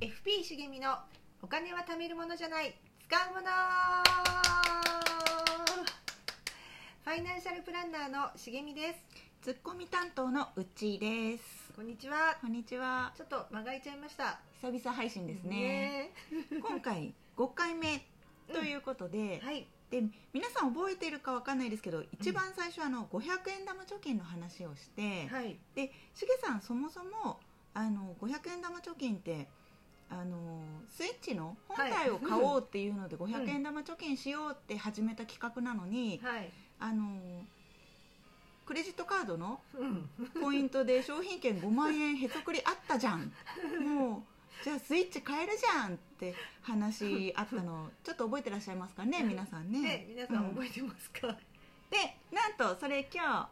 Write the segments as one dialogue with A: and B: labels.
A: FP 茂みのお金は貯めるものじゃない使うものファイナンシャルプランナーの茂みです
B: ツッコミ担当のうっちーです
A: こんにちは
B: こんにちは
A: ちょっと間が空いちゃいました
B: 久々配信ですね今回5回目ということで
A: ね、はい
B: で皆さん覚えてるかわかんないですけど一番最初あの500円玉貯金の話をして、
A: はい
B: でしげさんそもそもあの500円玉貯金ってあのスイッチの本体を買おうっていうので500円玉貯金しようって始めた企画なのに、
A: はい
B: あのクレジットカードの
A: うん
B: ポイントで商品券5万円へそくりあったじゃんもうじゃあスイッチ買えるじゃんって話あったのちょっと覚えてらっしゃいますかね皆さんね
A: ね皆さん
B: うん
A: 覚えてますか、
B: でなんとそれ今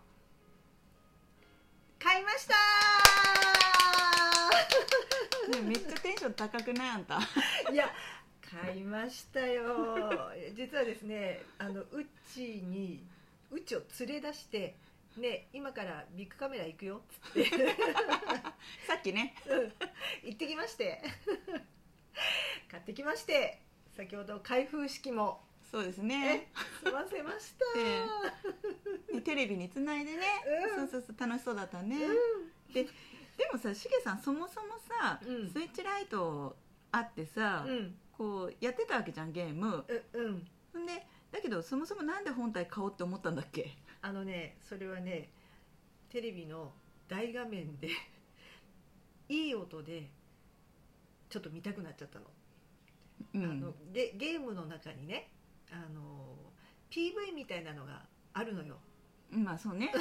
A: 買いました
B: 日、ね、めっちゃテンション高くないあんた
A: いや買いましたよ実はですねあのうっちーにうっちを連れ出してね今からビッグカメラ行くよっつって
B: さっきね
A: うん行ってきまして 買ってきまして先ほど開封式も
B: そうです
A: え
B: ね
A: 済ませました、
B: えねテレビにつないでね、
A: うん
B: そうそうそう楽しそうだったね、ででもさしげさんそもそもさ、
A: うん
B: スイッチライトあってさ、
A: うん
B: こうやってたわけじゃんゲーム、
A: うんうん
B: んでだけどそもそもなんで本体買おうって思ったんだっけ
A: あのねそれはねテレビの大画面で いい音でちょっと見たくなっちゃったの,、
B: う
A: あの
B: ん
A: ゲゲームの中にねあの PV みたいなのがあるのよ
B: まあそうね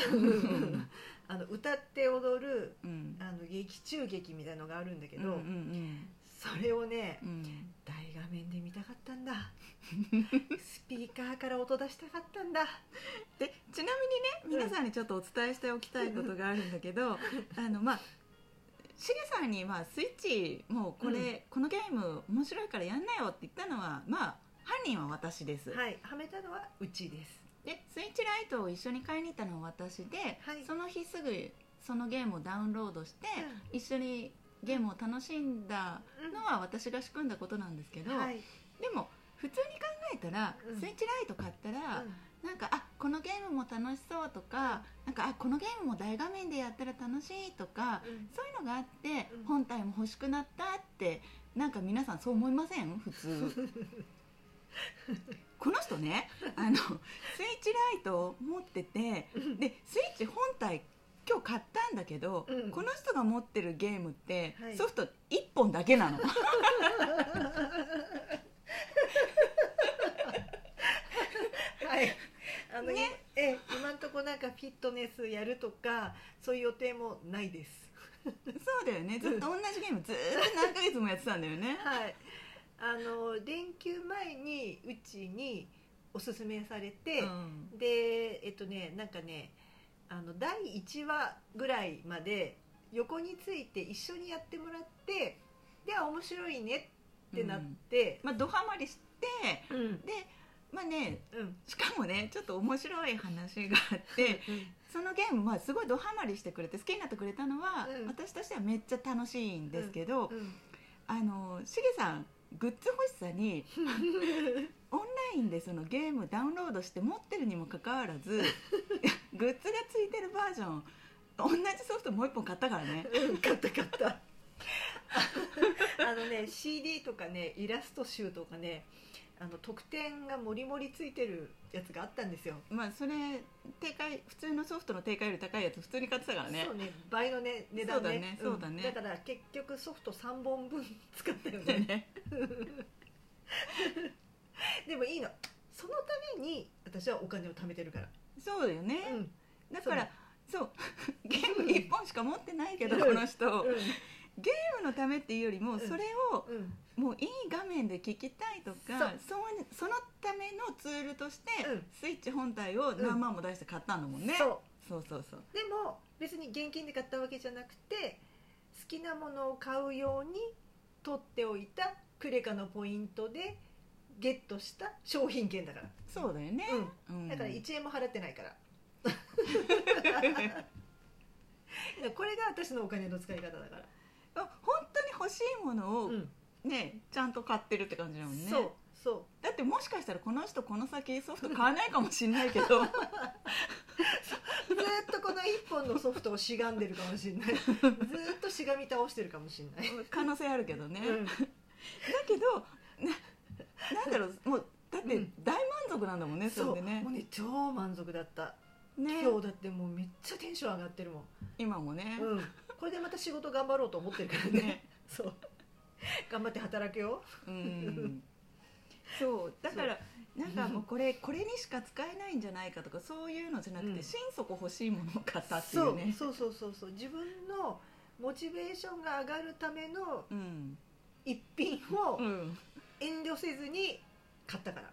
A: あの歌って踊る
B: うん
A: あの劇中劇みたいのがあるんだけ
B: うん
A: ど、
B: うん
A: それをね
B: うんうん
A: 大画面で見たかったんだスピーカーから音出したかったんだ
B: でちなみにね皆さんにちょっとお伝えしておきたいことがあるんだけどあのまあしげさんに、まあ、スイッチもうこれ、
A: うん
B: このゲーム面白いからやんなよって言ったのはまあ犯人は私です、
A: はいはめたのはうちです
B: でスイッチライトを一緒に買いに行ったのは私で、
A: はい
B: その日すぐそのゲームをダウンロードして、一緒にゲームを楽しんだ
A: うん
B: のは私が仕組んだことなんですけど、
A: はい
B: でも普通に考えたら、
A: うん
B: スイッチライト買ったら、
A: うん
B: なんかあこのゲームも楽しそうとか、なんかあこのゲームも大画面でやったら楽しいとか、
A: うん
B: そういうのがあって、
A: うん
B: 本体も欲しくなったってなんか皆さんそう思いません 普通この人ねあのスイッチライトを持ってて
A: うん
B: でスイッチ本体今日買ったんだけど、
A: うん
B: この人が持ってるゲームって、
A: はい
B: ソフト1本だけな の
A: はいあの、
B: ね
A: ええ今んとこなんかフィットネスやるとかそういう予定もないです
B: そうだよねずっと同じゲームずーっと何ヶ月もやってたんだよね
A: はいあの連休前にうちにおすすめされて、
B: うん
A: でえっとねなんかねあの第1話ぐらいまで横について一緒にやってもらってであ面白いねってなって、
B: まあ、ドハマりして
A: うんうん
B: でまあね
A: うん
B: しかもねちょっと面白い話があってそのゲーム、まあ、すごいドハマりしてくれて好きになってくれたのは、
A: うん
B: 私としてはめっちゃ楽しいんですけど、
A: うん
B: あのしげさんグッズ欲しさ にオンラインでそのゲームダウンロードして持ってるにもかかわらずグッズがついてるバージョン同じソフトもう一本買ったからね
A: うん買った買ったああのね CD とかねイラスト集とかねあの特典がもりもりついてるやつがあったんですよ、
B: まあそれ定価普通のソフトの定価より高いやつ普通に買ってたからね
A: そうね倍のね値段ね
B: そうだね
A: ん
B: そうだね
A: から結局ソフト3本分使ったよね
B: ね
A: でもいいのそのために私はお金を貯めてるから、
B: そうだよね、
A: うん
B: だから そうゲーム1本しか持ってないけど
A: うん
B: この人ゲー
A: う
B: ムのためっていうよりも
A: ん
B: それを
A: んうん
B: もういい画面で聞きたいとかそうそのためのツールとして
A: うん
B: スイッチ本体を何万も出して買ったんだもんね
A: そう
B: そうそうそう
A: でも別に現金で買ったわけじゃなくて好きなものを買うように取っておいたクレカのポイントでゲットした商品券だから、
B: そうだよね
A: うん
B: うん
A: だから1円も払ってないから これが私のお金の使い方だから
B: あ本当に欲しいものを
A: うん
B: ねちゃんと買ってるって感じだもんね
A: そうそ
B: だってもしかしたらこの人この先ソフト買わないかもしんないけど
A: うずーっとこの一本のソフトをしがんでるかもしれない ずーっとしがみ倒してるかもしれない、
B: 可能性あるけどね、
A: うん
B: だけどななんだろうもうだって
A: うん
B: 大満足なんだもんね、
A: そう
B: それでね
A: もうね超満足だった
B: ね
A: 今日だってもうめっちゃテンション上がってるもん、
B: 今もね,、
A: うん、これでまた仕事頑張ろうと思ってるからね
B: ね
A: そう頑張って働けよ
B: うんそうだからなんかもうこれこれにしか使えないんじゃないかとかそういうのじゃなくて、
A: うん
B: 心底欲しいものを買ったっていうね
A: そうそうそうそうそう自分のモチベーションが上がるための
B: うん、
A: 一品を
B: うん、
A: 遠慮せずに買ったから、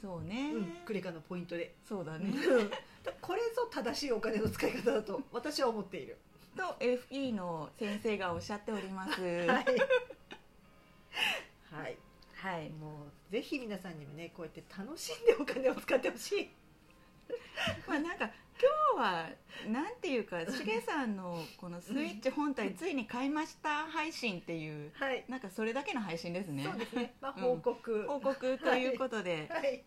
B: そうね、
A: うん、クレカのポイントで、
B: そうだ
A: うん
B: ね
A: これぞ正しいお金の使い方だと私は思っている
B: と FP の先生がおっしゃっております
A: は、
B: はい
A: はい、
B: い
A: もうぜひ皆さんにもねこうやって楽しんでお金を使ってほしい
B: まあなんか今日はなんていうかしげさんのこのスイッチ本体ついに買いました配信っていう
A: はい、
B: なんかそれだけの配信ですね
A: そうです ね、まあ、
B: うん
A: 報告、
B: 報告ということで、
A: はい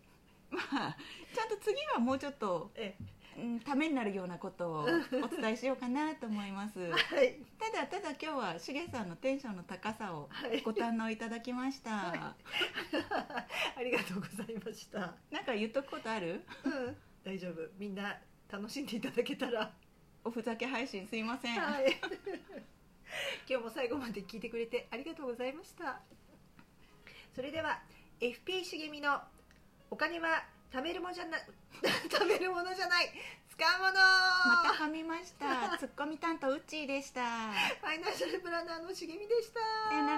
B: まあちゃんと次はもうちょっと
A: え
B: うんためになるようなことをお伝えしようかなと思います
A: はい
B: ただただ今日はしげさんのテンションの高さを
A: はい
B: ご堪能いただきました、
A: は ありがとうございました
B: なんか言っとくことある
A: うん大丈夫みんな楽しんでいただけたら
B: おふざけ配信すいません、
A: はい 今日も最後まで聞いてくれてありがとうございましたそれでは FP 茂みのお金は貯めるものじゃな 貯めるものじゃない使うもの
B: また噛み ましたツッコミ担当うっちーでした
A: ファイナンシャルプランナーの茂みでした
B: さよなら